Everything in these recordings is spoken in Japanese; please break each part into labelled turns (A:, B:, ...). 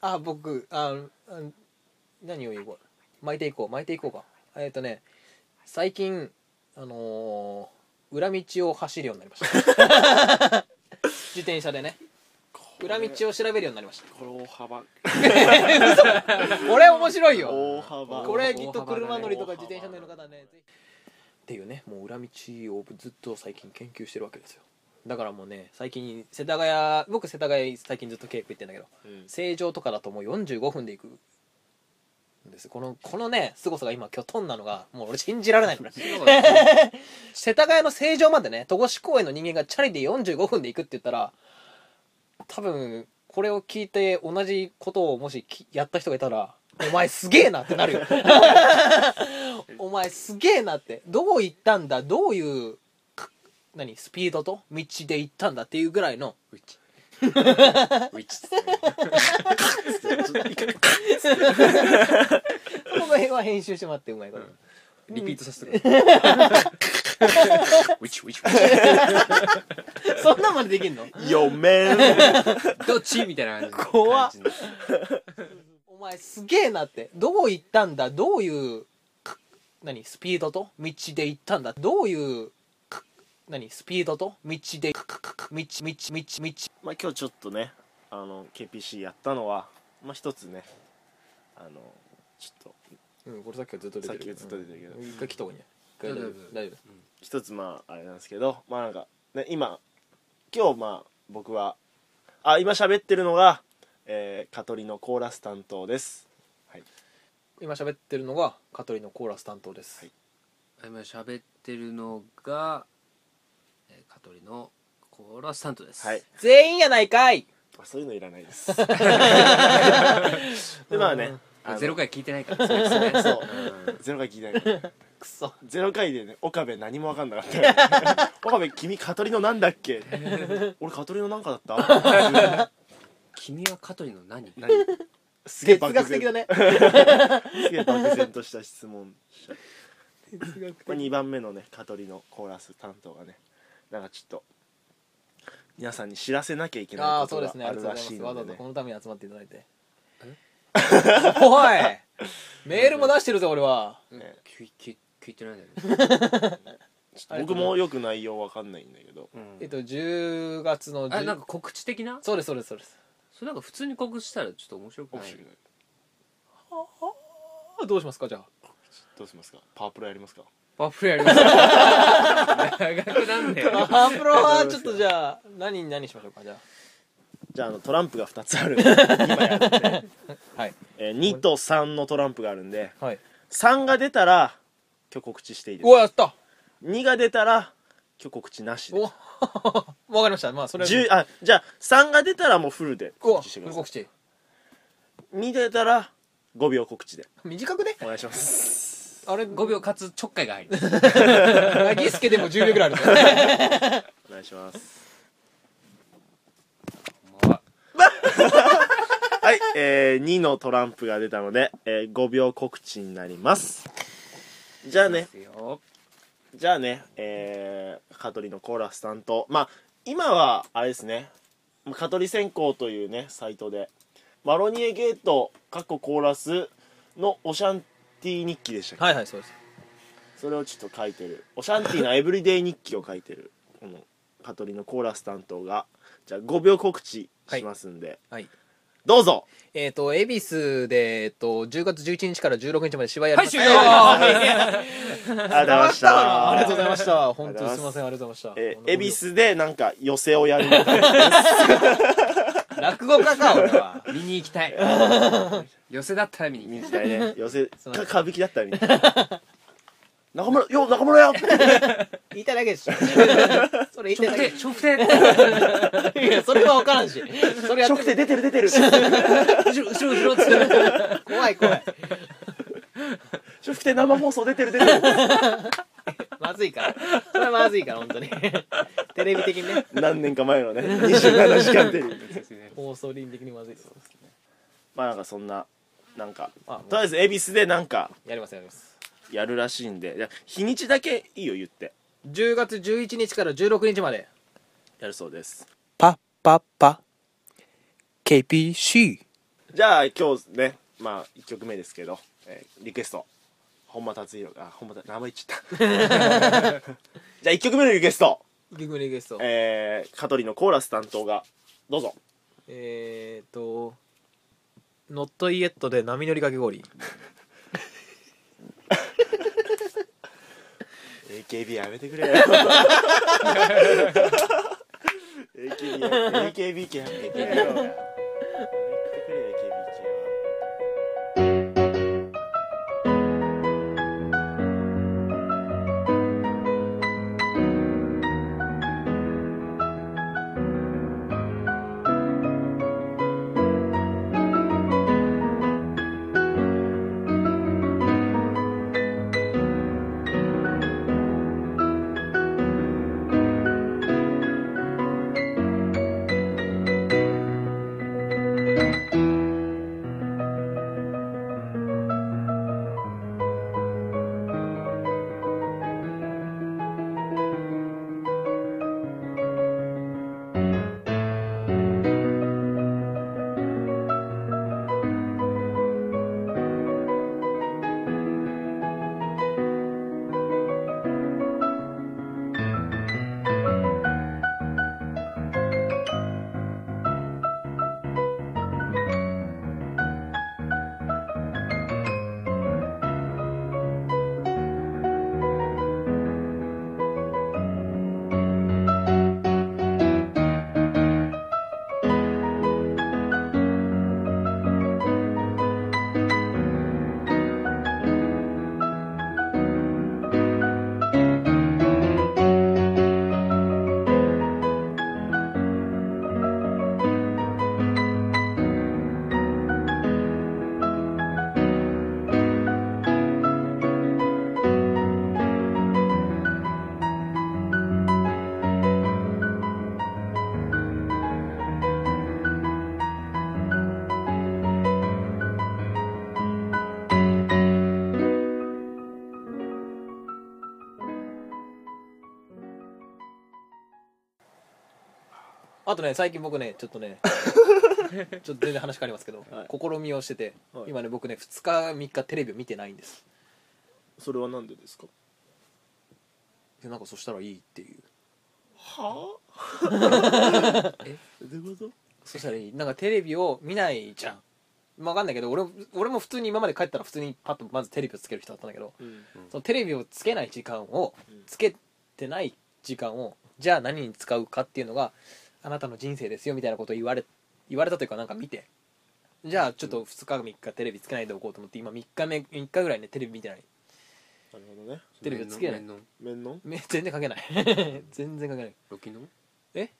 A: あ僕ああ何を言おう巻いていこう巻いていこうかえっ、とね最近あのー裏道を走るようになりました 自転車でね裏道を調べるようになりました
B: これ大幅
A: これ面白いよ
B: 大幅
A: これきっ
B: 大
A: と
B: 幅だね
A: 車乗りとか自転車乗りの方ねぜひっていうねもう裏道をずっと最近研究してるわけですよだからもうね最近世田谷僕世田谷最近ずっと稽古行ってんだけど
B: うん
A: 正常とかだともう45分で行くんですこのこのね凄さが今きょとんなのがもう俺信じられ ないのね世田谷の正常までね戸越公園の人間がチャリで45分で行くって言ったら多分これを聞いて同じことをもしきやった人がいたらお前すげえなってなるよお前すげえなってどう行ったんだどういうか何スピードと道で行ったんだっていうぐらいの
B: ウィッチウィッチっすねちょっと一回
A: この辺は編集してもらってうまいこと、
B: リピートさせてくれウィッチウィッチウィッ
A: そんなまでできんの
B: チ Yo man
C: チどっちみたいな感じ
A: 怖っ
C: 感じの
A: お前すげえなってどう行ったんだどういうか何スピードと道で行ったんだどういうか何スピードと道でかかかか道道道道
B: まあ今日ちょっとねあの KPC やったのはまあ一つねあのちょっと
A: うんこれさっきからずっと
B: 出てるさっきずっと出てるけど
A: 一回来た方がいいね
C: 一回
A: 大
C: 大
A: 丈
C: 丈
A: 夫
C: 夫
A: 大丈
B: 一つまああれなんですけどまあなんか、ね、今今日まあ僕はあ今喋ってるのが、えー、香取のコーラス担当です
A: 夫今喋ってるのが香取のコーラス担当です、
B: はい
C: 今喋ってるのが、えー、香取のコーラスタントです
B: はい
A: 全員やないかい
B: あそういうのいらないですでまあねあの
C: ゼロ回聞いてないからそうですね
B: そう
C: うん
B: ゼロ回聞いてない
A: くそ
B: ゼロ回でね岡部何も分かんなかった 岡部君香取のなんだっけ俺香取のなんかだ った
C: 君は香取の何
B: 何すげえ
A: 哲
B: 漠
A: 学的だね
B: 然すげえ漠然とした 質問しちゃった
A: 哲学
B: まあ、2番目のね香取のコーラス担当がねなんかちょっと皆さんに知らせなきゃいけ
A: あ
B: な
A: あ
B: いこ
A: そう
B: と
A: で
B: が
A: すねあ
B: あ
A: り
B: る
A: がとう
B: ら
A: ござい
B: し
A: ま
B: い
A: すわざ
B: の
A: わ
B: で
A: ざこ
B: ね
A: のために集まっていただいておいメールも出してるぞ俺は
B: ね
C: 聞い聞い聞いてないんだよね
B: ちょっと僕もよく内容わかんないんだけど、
A: えっと10月の
C: あ
A: 10
C: なんか告知的な
A: そうですそうですそうです
C: それなんか普通に告知したらちょっと面白くない
A: あどうしますかじゃあ
B: どうしますかパワープロやりますか
C: パワフルやります長くなんだ よ
A: ハープロはちょっとじゃあ何何しましょうかじゃ
B: じゃああのトランプが2つあるん で今やるんで、
A: あはい
B: えー2と3のトランプがあるんで
A: はい
B: 3が出たら今日告知していいで
A: おやった
B: す2が出たら今日告知なし
A: お
B: で
A: わかりましたまあそれ
B: 10あじゃあ3が出たらもうフルで
A: お
B: 告知してください
A: 告知
B: 2出たら5秒告知で
A: 短くね
B: お願いします
A: あれ
C: 5秒かつちょっかいが入る
A: ラギスケでも10秒ぐらいあるからね
B: お願いします
C: こんばんは
B: はい、えー、2のトランプが出たので、えー、5秒告知になりますじゃあね
C: ですよ
B: じゃあねえー、香取のコーラス担当まあ今はあれですね香取専攻というねサイトでマロニエゲート過去コーラスのオシャンティ日記でしたっけ、
A: はいはいそうです
B: それをちょっと書いてるオシャンティのエブリデイ日記を書いてるこの香取のコーラス担当がじゃあ5秒告知しますんで、
A: はい
B: ど うぞ
A: えっ、と、恵比寿で、えっ、と、10月11日から16日まで芝居やり
C: は
A: ま
C: い
A: す。
C: 終了
B: ありがとうございました
A: ありがとうございました。本当
B: あ
A: に
B: り
A: す
B: がと
A: み
B: うご
A: ませ
B: ざ
A: ん、ありがとうございました。
B: え
A: あの
B: ー、恵比。寿でなんか寄せをやるみたいな
A: 落語家か、俺は。
C: 見に行きたい 寄せだったら見に行き
B: みたいね 寄せ
A: すいませ
B: か
A: ん
B: 歌舞伎だったらみたい な中村よ中村よ
A: 言いたいだけでしょ。それ
C: た
A: 言
C: い
A: いたいだ
C: 食亭食亭
A: け。いや、それは分からんし。それやっ
B: 食
A: て
B: 亭
A: る。
B: 出てる出てる
C: 後ろ後ろ後ろっつって
A: 怖い怖い。
B: 食亭生放送出てる出てる
A: まずいから。それはまずいから、本当 に。テレビ的にね。
B: 何年か前のね27時間テレビ
A: 放送倫的にまずいです。
B: まあなんかそんななんか
A: あ
B: とりあえず恵比寿でなんか
A: やります、やります。
B: やるらしいんでいや日にちだけいいよ言って
A: 10月11日から16日まで。
B: やるそうです
A: パッパッパ。KPC。
B: じゃあ今日ねまあ1曲目ですけど、えーリクエスト本間達弘あ本間達名前言っち ゃった じゃあ1曲目のリクエスト
A: リグリゲスト
B: えー、香取のコーラス担当がどうぞ
A: えーっと「ノットイエット」で波乗りかき氷
B: AKB やめてく れよ AKB や AKB 系やめてくれよやめてくれよ AKB 系は
A: あとね最近僕ねちょっと ねちょっと全然話変わりますけど、
B: はい
A: 試みをしてて、
B: はい
A: 今ね僕ね2日3日テレビを見てないんです
B: それはなんでですか
A: いやなんかそしたらいいっていう
B: はあえどういうこと
A: そしたらいいなんかテレビを見ないじゃん分かんないけど俺も俺も普通に今まで帰ったら普通にパッとまずテレビをつける人だったんだけど
B: うん
A: そのテレビをつけない時間を
B: うん
A: つけてない時間をじゃあ何に使うかっていうのがあなたの人生ですよみたいなことを言われ言われたというかなんか見てじゃあちょっと2日3日テレビつけないでおこうと思って今3日目3日ぐらいねテレビ見てない
B: なるほどね
A: テレビをつけない
C: 面の面の
B: 面の
A: め全然かけない 全然かけない
C: ロキの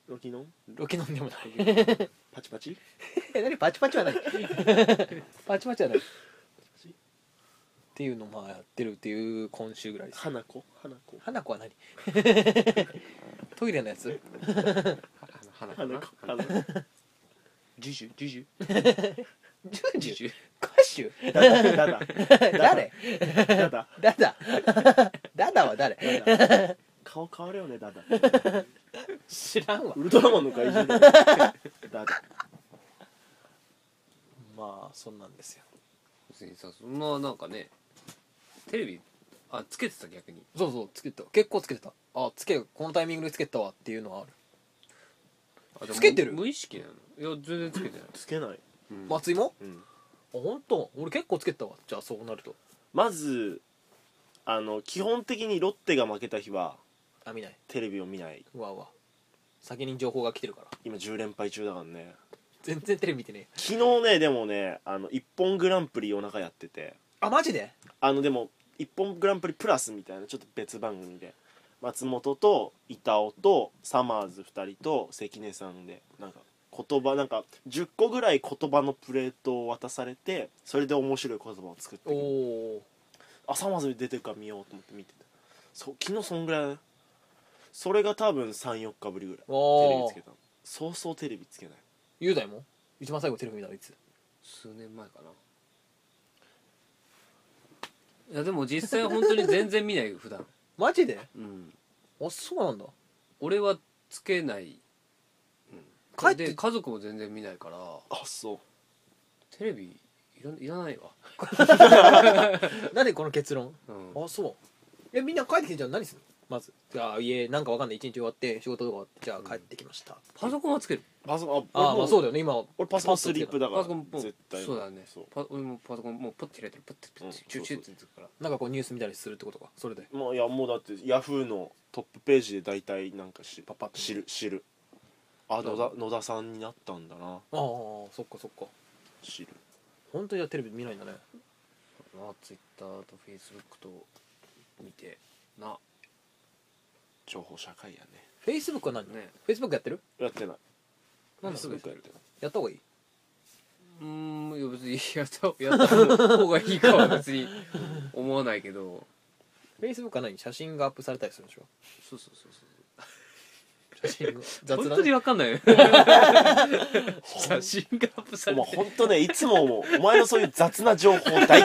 B: ロキの
A: ロケ飲んでもない
B: パチパチ
A: え何パチパチ はないパチパチはないっ
B: チ
A: ていうのをまあやってるっていう今週ぐらいです
B: 花子花子
A: 花子は 何トイレのやつ
C: 花
B: 花
C: 花
B: 子
C: 花
B: 花子
C: ジュジュジュジ
A: ジュ
C: ュ
A: ン
C: ジ
A: ジ
C: ュ
A: ュ
C: ジュ
A: 歌手
B: ダダダ
A: 誰
B: ダダダ
A: ダ ダダダは誰
B: ダダ顔変わるよねダダ
A: 知らんわ
B: ウルトラマンの怪獣だよダダ
A: まあそんなんですよ
C: 別にさそんななんかねテレビあつけてた逆に
A: そうそうつけてた結構つけてたあつけこのタイミングでつけてたわっていうのはある
C: あでも
A: つけてる
C: 無意識なのいや全然つけてない、
B: つけない、
C: うん
A: 松井も
B: う
A: あ
B: ん
A: 本当俺結構つけてたわじゃあそうなると
B: まずあの基本的にロッテが負けた日は
A: あ見ない
B: テレビを見ないう
A: わうわ先に情報が来てるから
B: 今10連敗中だからね
A: 全然テレビ見てねえ
B: 昨日ねでもねあの一本グランプリ夜中やってて
A: あマジで
B: あのでも一本グランプリプラスみたいなちょっと別番組で松本と板尾とサマーズ2人と関根さんでなんか言葉なんか10個ぐらい言葉のプレートを渡されてそれで面白い言葉を作って
A: お
B: いく
A: お
B: あサマーズに出てるから見ようと思って見てたそう昨日そんぐらいだねそれが多分34日ぶりぐらいテレビ
A: おお
B: つけたのそうそうテレビつけない
A: 雄大も一番最後テレビ見たのいつ
C: 数年前かないやでも実際本当に全然見ないよ普段
A: マジで
C: うん
A: あそうなんだ
C: 俺はつけない
A: 帰っ
C: で
A: て
C: 家族も全然見ないから
B: あそう
C: テレビいらいらないわ、
A: なんでこの結論
C: うん
A: あそうえみんな帰ってきてじゃあ何するのまずじゃあ家なんかわかんない一日終わって仕事とか終わってじゃあ帰ってきました、
C: パソコンはつける
B: パソコン
A: ああまあそうだ
B: よ
A: よね今は
B: 俺パソコンスリープだか
C: パ
B: ら
C: ソコンも
B: 絶対
C: そうだね
B: そ
C: パ俺もパソコンもうパッて開いたらパッてパッて
B: うん
C: チューチューっ
B: そ
C: てつくから
A: なんかこうニュース見たりするってことかそれで
B: うもういやもうだってヤフーのトップページで大体なんかし
A: パパッと
B: 知る知るあ野田野田さんになったんだな
A: ああそっかそっか
B: 知る
A: 本当にじゃあテレビ見ないんだね
C: なツイッターとフェイスブックと見てな
B: 情報社会やね
A: フェイスブックは何
C: ね
A: フェイスブックやってる
B: やってない
A: なんだ
B: すぐやってないう
A: やった方がいいう
C: ーんいや別にやったやった方がいいかは別に思わないけど
A: フェイスブックは何写真がアップされたりするんでしょ
C: そうそうそうそ
A: 写 真が
C: う
A: 雑
C: 本当に
A: 談
C: わかんないよ写真がアップさ
B: お
C: れ
B: 前
C: て
B: 本当ねいつも思うお前のそういう雑な情報大っ嫌い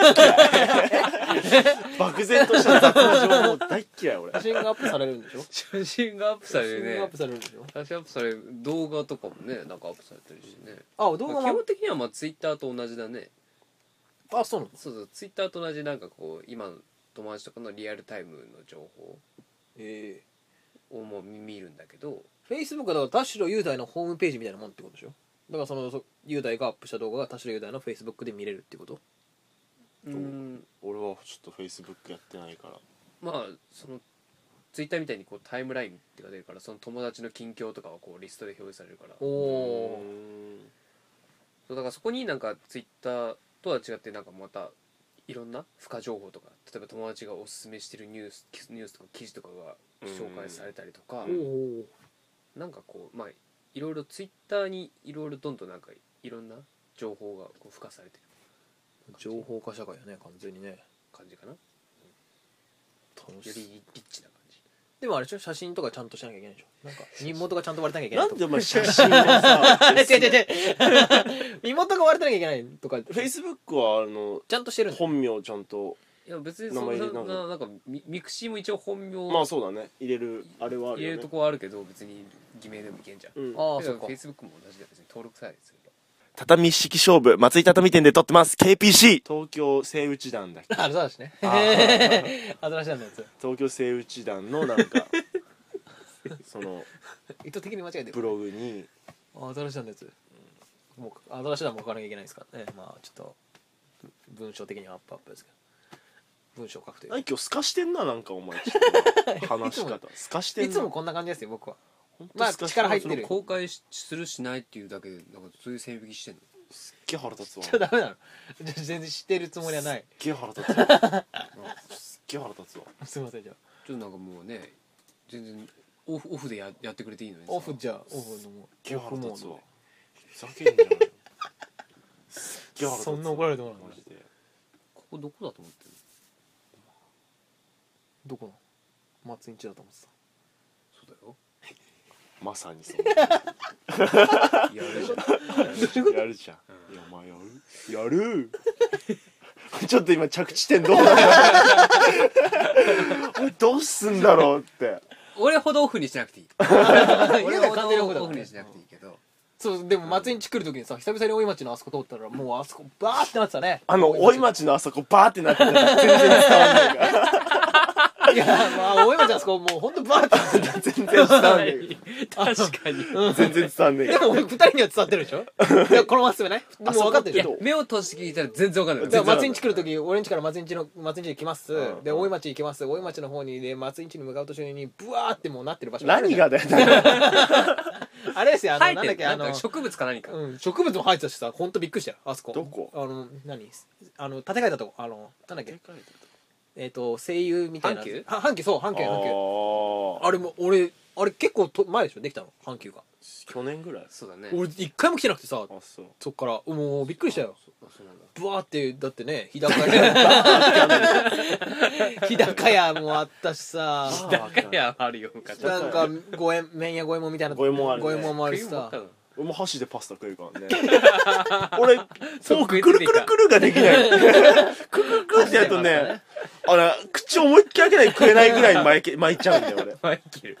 B: 漠然とした雑な情報大っ嫌い俺
A: 写真がアップされるんでしょ
C: 写真がアップさ
A: 写
C: れる
A: 真がアッ
C: ね
A: プされるんでしょ
C: 写真アップされる動画とかもねなんかアップされてるしね、
A: あ動
C: ま
A: 画
C: あ基
A: も
C: 本的にはまあツイッターと同じだね
A: あそうなの
C: そうそうツイッターと同じなんかこう今の友達とかのリアルタイムの情報
A: ええ
C: をもう見見るんだけど
A: フェイスブックはだから田代雄大のホームページみたいなもんってことでしょだからそのそ雄大がアップした動画が田代雄大のフェイスブックで見れるってこと
C: う
B: うん俺はちょっとフェイスブックやってないから
C: まあそのツイッターみたいにこうタイムラインっていうのが出るからその友達の近況とかはこうリストで表示されるから
A: お
B: う
A: お
B: ーん
C: そうだからそこになんかツイッターとは違ってなんかまたいろんな付加情報とか例えば友達がおすすめしてるニュースニュースとか記事とかが紹介されたりとか
A: おお
C: なんかこうまあいろいろツイッターにいろいろどんどんなんかいろんな情報がこう付加されてる
A: 情報化社会やね完全にね
C: 感じかなよ
A: 楽
C: り
A: しい
C: リッチな感じ
A: でもあれでしょ写真とかちゃんとしなきゃいけないでしょなんか身元がちゃんと割れなきゃいけな
B: ないんでお前写真をさ
A: 違う違う違う 身元が割れてなきゃいけないとか
B: フェイスブックはあの
A: ちゃんとしてるんだ
B: 本名ちゃんと
C: いや別にそん
B: 名前入れ
C: な
B: な
C: な
B: くて
C: なんかミミクシーも一応本名
B: まあそうだね入れるあれはあ
C: 入
B: る
C: れる
B: よね
C: とこはあるけど別に偽名でもいけんじゃん
B: うん
A: ああ
C: だか
A: そ
C: ら
A: っか
C: フェイスブックも同じだよ別に登録さえすれば
B: 畳一式勝負松井畳店で撮ってます KPC 東京セイウチ団だっけ
A: あれそうだしね 新しいのやつ
B: 東京セイウチ団のなんかその
A: 意図的に間違えて
B: ブ
A: る
B: ログに
A: あ新しいのやつもう新しいのも書かなきゃいけないですからねまあちょっとぶ文章的にはアップアップですけど文章を書くという
B: 何今日すかしてんななんかお 前ちょっと話し
A: いつ
B: 方すかしてん
A: い
B: な
A: つもこんな感じですよ僕は
B: ほんと
A: まあ
B: すかして
A: 力
B: んな
A: 入っ
B: そ
A: て
B: れ
A: る
C: 公開しするしないっていうだけでなんかそういう線引きしてんの
B: すっげえ腹立つわ
A: ちょっとダメなのじゃあ全然してるつもりはない
B: すっげえ腹立つ わすっげえ腹立つわ
A: すいませんじゃあ
C: ちょっとなんかもうね全然オフオフでややってくれていいのにさ
A: オフじゃあオフのも
B: すっげえ腹
A: う
B: 立つわふざけんじゃないよすっげえ腹立つ
A: そんな怒られてもらうの
B: マジで
C: ここどこだと思ってる
A: どこの松井んちだと思ってた
C: そうだよ
B: まさにそん
C: やるじゃんやるじゃん
B: なやるじゃんいやお前やるやる ちょっと今着 地点どうなんだろう俺どうすんだろうって
C: 俺ほどオフにしなくていい
A: 俺
C: 俺
A: は
C: は
A: 完全にオ
C: オ
A: フ
C: フ
A: だからね
C: にしなくていいけど
A: そうでも松井んち来る時にさ久々に大井町のあそこ通ったらもうあそこバーってなってたね
B: あの大井町のあそこバーってなってたら全然伝わんないから
A: いやまあ大井町のあそこもうほんとバーってなってた
B: 全然伝わんない
C: 確かに
B: 全然伝わんない
A: でも俺二人には伝わってるでしょいやこのまま進めないもう分かってる
C: い
A: で
C: や
A: しょ
C: 目を閉じて聞いたら全然わかんな
A: だ
C: い
A: から
B: 全然
A: 松井んち来る時俺んちから松井んちの松井んち行きます、
B: うん
A: で大井町行きます大井町の方にで松井んちに向かう途中にブワーってもうなってる場所ある
B: 何
A: じゃ
B: が
A: ん
B: だよだから
A: あれですよあの
C: 生え
A: なんだってけ
C: る
A: あ
C: なん
A: の
C: か植物か何か
A: うん、植物も生えてたしさ本当びっくりしたよあそこ
B: どこ
A: あの何あの建て替えたとこあのなんだっけえっ、と声優みたいな
C: 阪急
A: あ阪急そう阪急阪急
B: あ
A: あれも俺あれ結構と前でしょできたの阪急が
B: ー去年ぐらい
C: そうだね
A: 俺一回も来てなくてさ
B: あそう
A: そっからもうびっくりしたよ
C: あそうなんだ
A: ブワーってだってね日高屋日高屋もあったしさ
B: あ
C: だからあるよ昔
B: だ
A: なんか五円麺屋五右衛門みたいな
B: 五右衛門あるね
A: 五右衛門もあるし
C: 食い物
A: さ
C: かな
B: 俺も箸でパスタ食えるからね 俺フォーク
C: 食
B: く
C: いつ
B: る
C: いてい
B: く
C: た
B: るくるができないくる くるくるってやるとねあれ口思いっきり開けないと食えないぐらい巻いけ巻いちゃうんだよ俺
C: マイケル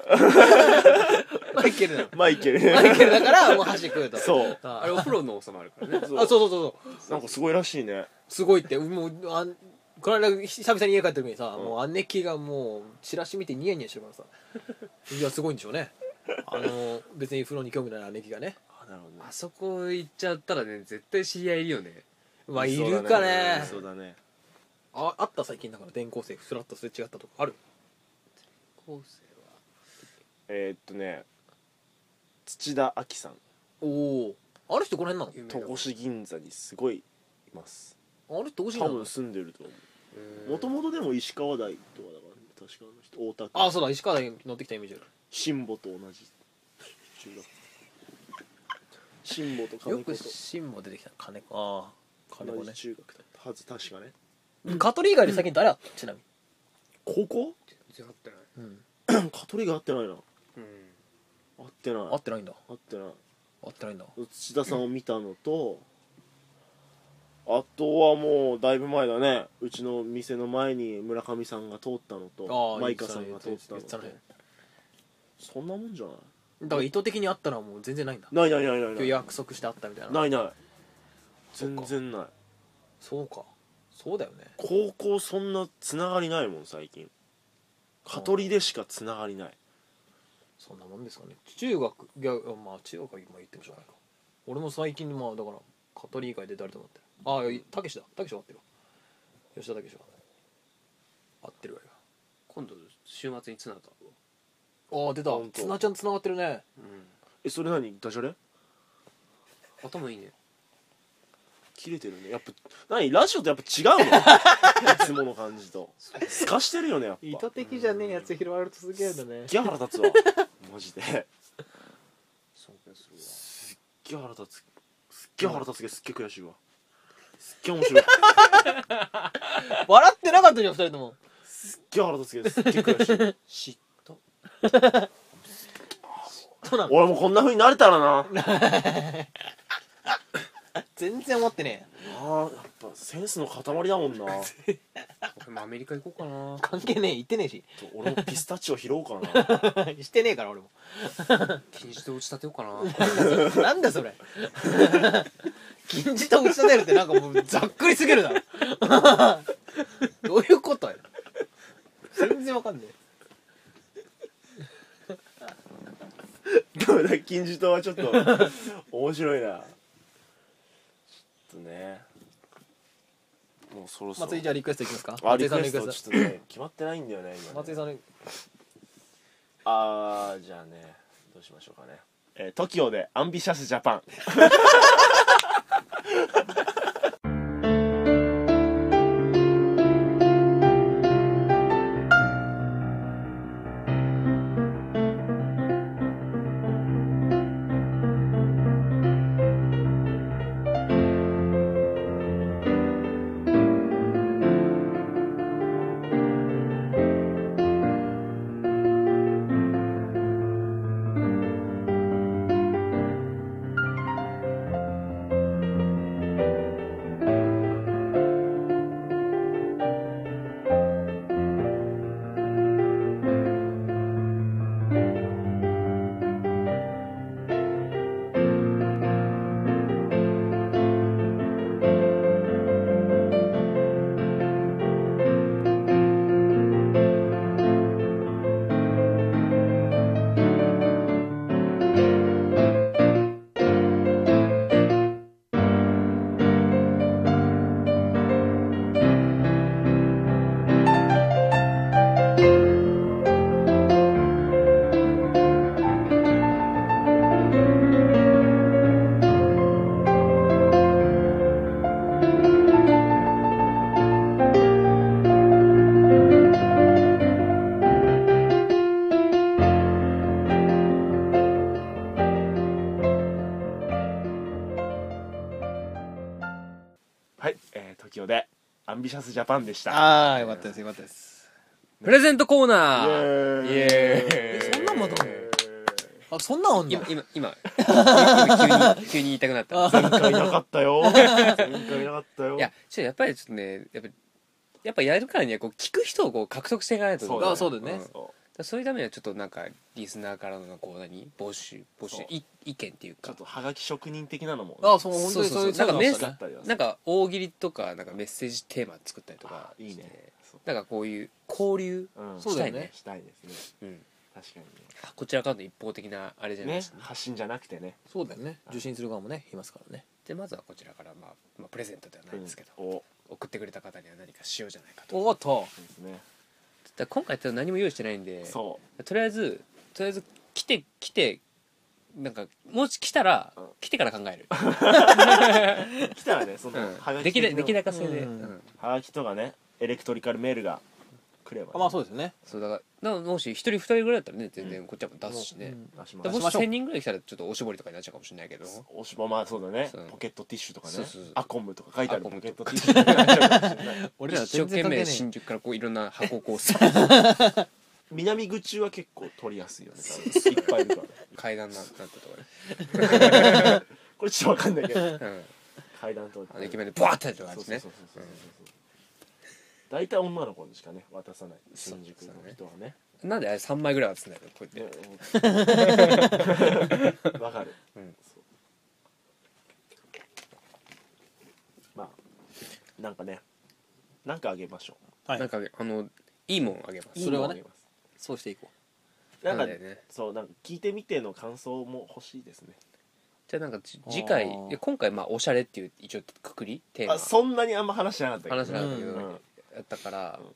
A: マイケルなの
B: マイケル
A: マイケルだからもう箸食うと
B: そう
A: あ
C: あれお風呂の収まる からね
A: あそうそうそうそう
B: なんかすごいらしいね
A: すごいってもうあんこの間久々に家帰った時にさ、
B: うん
A: もう姉貴がもうチラシ見てニヤニヤしてるからさいやすごいんでしょうねあの別に風呂に興味ない姉貴がね
B: あなるほどね
C: あそこ行っちゃったらね絶対知り合いいるよね
A: まあいるかね
B: そうだね
A: ああった最近だから転校生フラッとすれ違ったとかある
C: 高生
B: えーっとね土田亜紀さん
A: おおある人この辺な
C: 有名
B: 戸越銀座にすごいいます
A: のある人欲しいな
B: 多分住んでると思うもと
C: も
B: もとでも石川台とかだから、ね、確かあの人大田区
A: あそうだ石川大乗ってきたイメージある
B: 辛坊と同じ中学辛坊と
A: よ
B: 金子
A: く
B: と
A: 新も出てきた金子ああ金
B: 同
A: 子
B: じ
A: ね
B: 中学だったはず確かね
A: カトリー以外で最近誰あったちなみ
B: 高校
C: 全然合ってない
A: に、
B: カトリが合ってないな
C: うん
B: 合ってない
A: 合ってないんだ
B: 合ってない
A: 合ってないんだ
B: 土田さんを見たのとあとはもうだいぶ前だねうちの店の前に村上さんが通ったの
A: あ
B: と
A: あ
B: マイカさんが通
A: 言
B: っ
A: って
B: た
A: たね
B: のと
A: 言ってたね
B: そんなもんじゃない
A: だから意図的に会ったのはもう全然ないんだ
B: ないないないない
A: 今
B: ない
A: 日約束して会ったみたいな
B: ないない
A: そっ
B: 全
A: か
B: 然ない
A: そうかそうだよね
B: 高校そんなつながりないもん最近カトリでしかつながりない
A: そんなもんですかね中学いやまあ中学は今言ってもしょうがないか俺も最近まあだからカトリー以外で誰と思ってるああいやたけしだたけしは合ってるわ吉田たけしは合ってるわよ
C: 今度週末にツナと会うわ
A: ああ出た
B: ほんと
A: つなちゃんつながってるね
C: うん
B: えそれ何ダジャレ
C: 頭いいね
B: 切れてるねやっぱ何ラジオとやっぱ違うの いつもの感じとすかしてるよねやっぱ
A: 的じゃねえやつ拾われるとすげえだね
B: すっげえ腹立つわマジで
C: 尊敬するわ
B: すっげえ腹立つすっげえ腹立つけどすっげえ悔しいわすっげえ面白い
A: 笑ってなかったじゃん2人とも
B: すっげえ腹立つけどすっげえ悔しい嫉妬
A: そうなの
B: 俺もこんな風になれたらなな
A: 全然思ってねえ
B: あやっぱセンスの塊だもんな
C: 俺もアメリカ行こうかな
A: 関係ねえ言ってねえし
B: 俺もピスタチオ拾おうかな
A: してねえから俺も
C: 禁止で打ち立てようかな
A: なんだそれ金字と打ち立てるってなんかもうざっくりすぎるだろ どういうことや全然わかんね
B: ダメだ金字塔はちょ っと面白いなちょっとねもうそろ
A: え
B: そろ
A: 松井じゃあリクエストいきますか
B: あ
A: 松井
B: リ
A: さ
B: ク
A: んのリ
B: エス
A: クエ
B: ト
A: スト
B: ちょっとね決まってないんだよね今ね
A: 松井さんの
B: あーじゃあねどうしましょうかねえー、TOKIO で「アンビシャスジャパン」はい、えー、TOKIO で「アンビシャスジャパン」でした
A: ああよかったですよかったです
C: プレゼントコー
B: イ
C: ナー
B: エ
A: イエーイえそんなまだ あんのあそんなんあん の
C: 今今今今急に急に言いたくなった
B: 前回なかったよ前回なかったよ
C: いやちょっとやっぱりちょっとねやっぱやっぱやるからにはこう聞く人をこう獲得していかないと
B: そうだね
A: あそうだよね
C: んだか
B: そ
C: そういうためにはちょっとなんかリスナーからのこう何募集募
B: そ
C: 集
B: う
C: い意見っていう
B: ちょ
C: か
B: っとはがき職人的なのも
A: あそう本当に
C: そ
A: そう
C: そうう
A: い
C: そ
A: うそういうの
C: うなんか
A: あ
C: メ
A: っ
C: ス
A: たね
B: ったりは
C: なんか大喜利とかなんかメッセージテーマ作ったりとか
B: あいいねそう
C: なんかこういう交流、
B: うん
A: そうだよね
B: したいです
C: う
B: ね
C: ん
B: 確か
C: こちらからの一方的なあれじゃ
B: に
C: ないで
B: ねね
C: す、ね、
B: 発信じゃなくてね
A: そうだよね受信する側もねいますからね
C: でまずはこちらから、まあ、まあプレゼントではないですけど、
B: うんお
C: 送ってくれた方には何かしようじゃないかと
A: おっと
B: そうですね
C: だから今回ちょっと何も用意してないんで
B: そ
C: とりあえずとりあえず来て来てなんかもし来たら、
B: うん
C: 来てから考える、
B: う来たらねそのは
C: うん、
B: が
C: で
B: き
C: きる
B: 的な
C: できるだけそれで、
A: うん
C: うん
B: はがきとかねエレクトリカルメールが来れば
A: あまあそうですよね
C: そうだからだからもし一人二人ぐらいだったらね全然こっちはも出すしね、
A: うん
B: 出しま
C: だ
A: 出し
C: から
B: す
A: ま
C: もし
A: しょう
C: 1000人ぐらい来たらちょっとおしぼりとかになっちゃうかもしれないけど
B: おしぼまあそうだね
C: そう
B: ポケットティッシュとかね
C: そうそうそう
B: アコムとか書いてある
C: アコ
B: ポ
C: ム
B: ケッ
C: と
B: ト
C: か
B: ティッシュになっちゃうかもしれない
A: 俺ら
C: 一生
A: 全然関
C: 懸
A: 係
C: 命
A: ね
C: 新宿からこういろんな箱をこう
B: 南口は結構取りやすいよね多分いっぱい いるからね
C: 階段なんなんとか
B: これちょっとわかんないけど
C: ね、うん、
B: 階段と
C: あの駅前でバーってやってる感じね
B: そうそうそうそうそうそう大体女の子にしかね渡さない
C: そう
B: 新宿の人はね
C: なんであれ3枚ぐらい集めたのこうやって
B: ねうんわかる、
C: うん
B: そうまあなんかねなんかあげましょ
A: はい
C: なんかあのいいもんあげま
B: う
C: す
A: それはい
B: い
A: ね
B: もんあげます
A: そうしていこ
B: なんか
C: だよね
B: そうなんか聞いてみての感想も欲しいですね
C: じゃあなんかじ
A: あー
C: 次回いや今回まあおしゃれっていう一応くくりテーマ
B: あそんなにあんま話しなかったけど
C: 話しなかったけど、
A: うん
C: やったから、
B: うん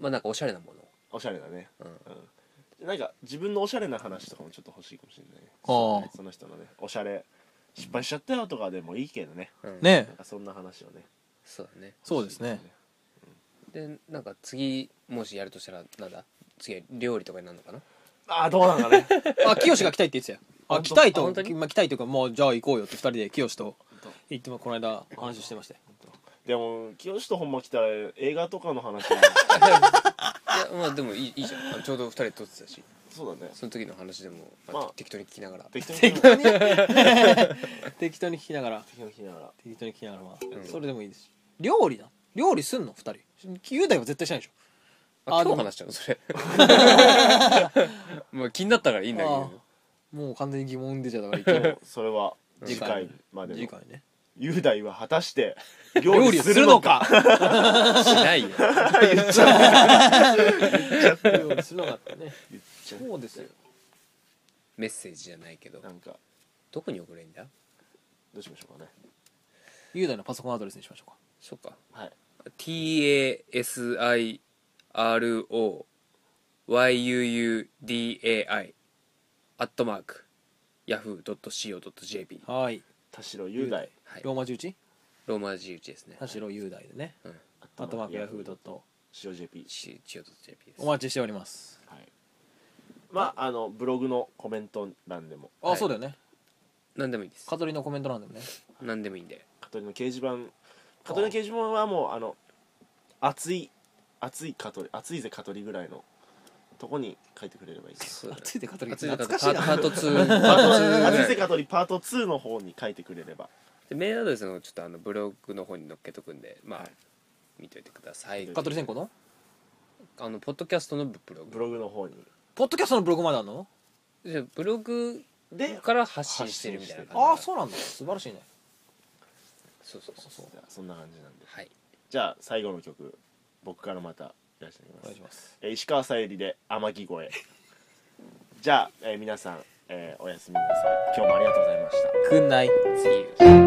C: まあなんかおしゃれなも
B: おしゃれだね
C: の、うん
B: うんなんか自分のおしゃれな話とかもちょっと欲しいかもしれないね
A: ああ
B: その人のねおしゃれ失敗しちゃったよとかでもいいけどね
C: うん
A: うね
B: なんかそんな話をね
C: そうだね
A: そうですね
C: でなんか次もしやるとしたらなんだ次は料理とかになるのかな
B: ああどうなんだね
A: あ清が来たいって言ってたよあ
B: 本当
A: 来たいと
C: あ本当に
A: まあ来たいというかもうじゃあ行こうよって二人で清と行ってもこの間話してましたよ
B: でも清とほんま来たら映画とかの話
C: いやまあでもいいいいじゃんあちょうど2人で撮ってたし
B: そうだね
C: その時の話でも、まあ
B: まあ
C: て適当に聞きながら
B: 適当に
A: 適当に適当に聞きながら
B: 適当に聞きながら
A: 適当に聞きながらまあ、
C: ん
A: それでもいいですし料理だ料理すんの二人雄大は絶対しないでしょ
C: あ
A: あ
C: 今日
A: でも
C: 話しちゃうの それまあ気になったからいいんだけど
A: もう完全に疑問出ちゃった から一
B: それは次
A: 次
B: 回
A: 回
B: ま
A: 応
B: で
A: 次
B: の
A: 回ね
B: 雄大は果たして料
A: 料
B: 理
A: 理を
B: す
A: す
B: る
A: る
B: の
A: の
B: か
A: か
C: しないよ
B: 言っちゃう
A: 料理するのかってね
B: 言っちゃう
A: そうですよ
C: メッセージじゃないけど
B: なんか
C: どこに送ればいいんだ
B: どうしましょうかね
A: 雄大のパソコンアドレスにしましょうか
C: そうか
B: はい
C: TASIROYUUDAI アットマーク yahoo.co.jp
A: はい
B: 田代雄大
C: はい
A: ローマ字打ち
C: ローマ字打ちですね
A: 田代雄大でねあとマークヤフードット
B: COJP
C: c o j p です
A: お待ちしております
B: はいまああのブログのコメント欄でも
A: あ、
C: はい
A: そうだよね
C: 何でもいいです
A: カトリのコメント欄でもね
C: 何でもいいんで
B: カトリの掲示板カトリの掲示板はもうあの熱い熱いカトリ熱いぜカトリぐらいのとこに書いてくれればいいです
C: そう
A: 熱いでカトリ
C: 熱いだ
A: 懐
C: から
A: かし
C: パ
A: いな
C: パート2パ
B: パー
C: ート
B: ト
C: 2
B: 2
C: ぐ
B: 熱い
C: ら
B: ぜ
C: い
B: カトリパート2の方に書いてくれれば
C: でメールアドレスのちょっとあのブログの方に載っけとくんでまあ、
B: はい
C: 見といてください
B: 見といて
A: カトリ先行の
C: あのポッドキャストのブロ
B: ブ
C: グ
B: ログの方に
A: ポッドキャストのブログまであるの
C: じゃあブログ
B: で
C: から発信してるみたいな感じ
A: ああそうなんだ素晴らしいね
C: そうそうそうそう
B: じゃあそんな感じなんで
C: はい
B: じゃあ最後の曲僕からまたいらっしゃい
A: お
B: ま
A: 願い
B: す
A: します
B: えー石川さゆりで天城越えじゃあ、えー皆さん、えーおやすみなさい今日もありがとうございました
A: くんない
C: See you.